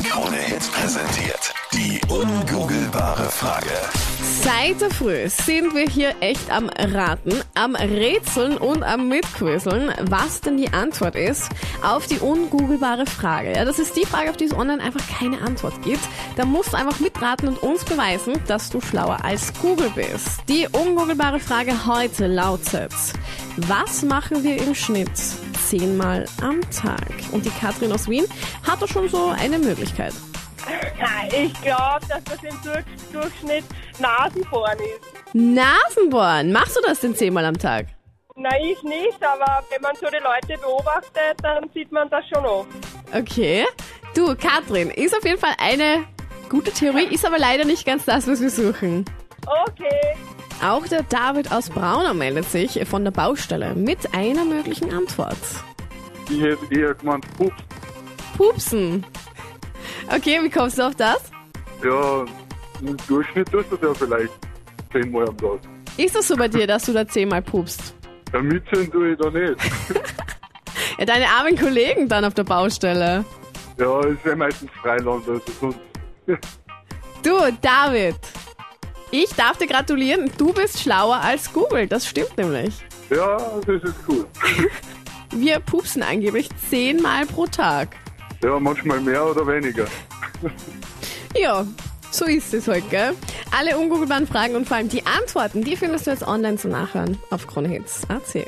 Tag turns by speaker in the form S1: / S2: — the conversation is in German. S1: Fritz präsentiert die ungoogelbare Frage.
S2: Seit der Früh sind wir hier echt am Raten, am Rätseln und am Mitquisseln, was denn die Antwort ist auf die ungoogelbare Frage. Ja, das ist die Frage, auf die es online einfach keine Antwort gibt. Da musst du einfach mitraten und uns beweisen, dass du schlauer als Google bist. Die ungoogelbare Frage heute lautet, was machen wir im Schnitt zehnmal am Tag? Und die Katrin aus Wien hat doch schon so eine Möglichkeit.
S3: Nein, ich glaube, dass das im Dur Durchschnitt Nasenbohren ist.
S2: Nasenbohren, machst du das denn zehnmal am Tag?
S3: Na, ich nicht, aber wenn man so die Leute beobachtet, dann sieht man das schon oft.
S2: Okay. Du, Katrin, ist auf jeden Fall eine gute Theorie, ist aber leider nicht ganz das, was wir suchen.
S3: Okay,
S2: Auch der David aus Braunau meldet sich von der Baustelle mit einer möglichen Antwort.
S4: Ich hätte eher gemeint, ups,
S2: Pupsen. Okay, wie kommst du auf das?
S4: ja, im Durchschnitt tust du das ja vielleicht zehnmal am Tag.
S2: Ist das so bei dir, dass du da zehnmal pupst?
S4: Ja, mitsehen tue ich da nicht.
S2: Ja, deine armen Kollegen dann auf der Baustelle.
S4: Ja, ist ja meistens Freiland, also sonst.
S2: Du, David, ich darf dir gratulieren, du bist schlauer als Google, das stimmt nämlich.
S4: Ja, das ist cool.
S2: Wir pupsen angeblich zehnmal pro Tag.
S4: Ja, manchmal mehr oder weniger.
S2: Ja, so ist es heute, gell? Alle ungoogelbaren Fragen und vor allem die Antworten, die findest du jetzt online zum Nachhören auf kronehits.at.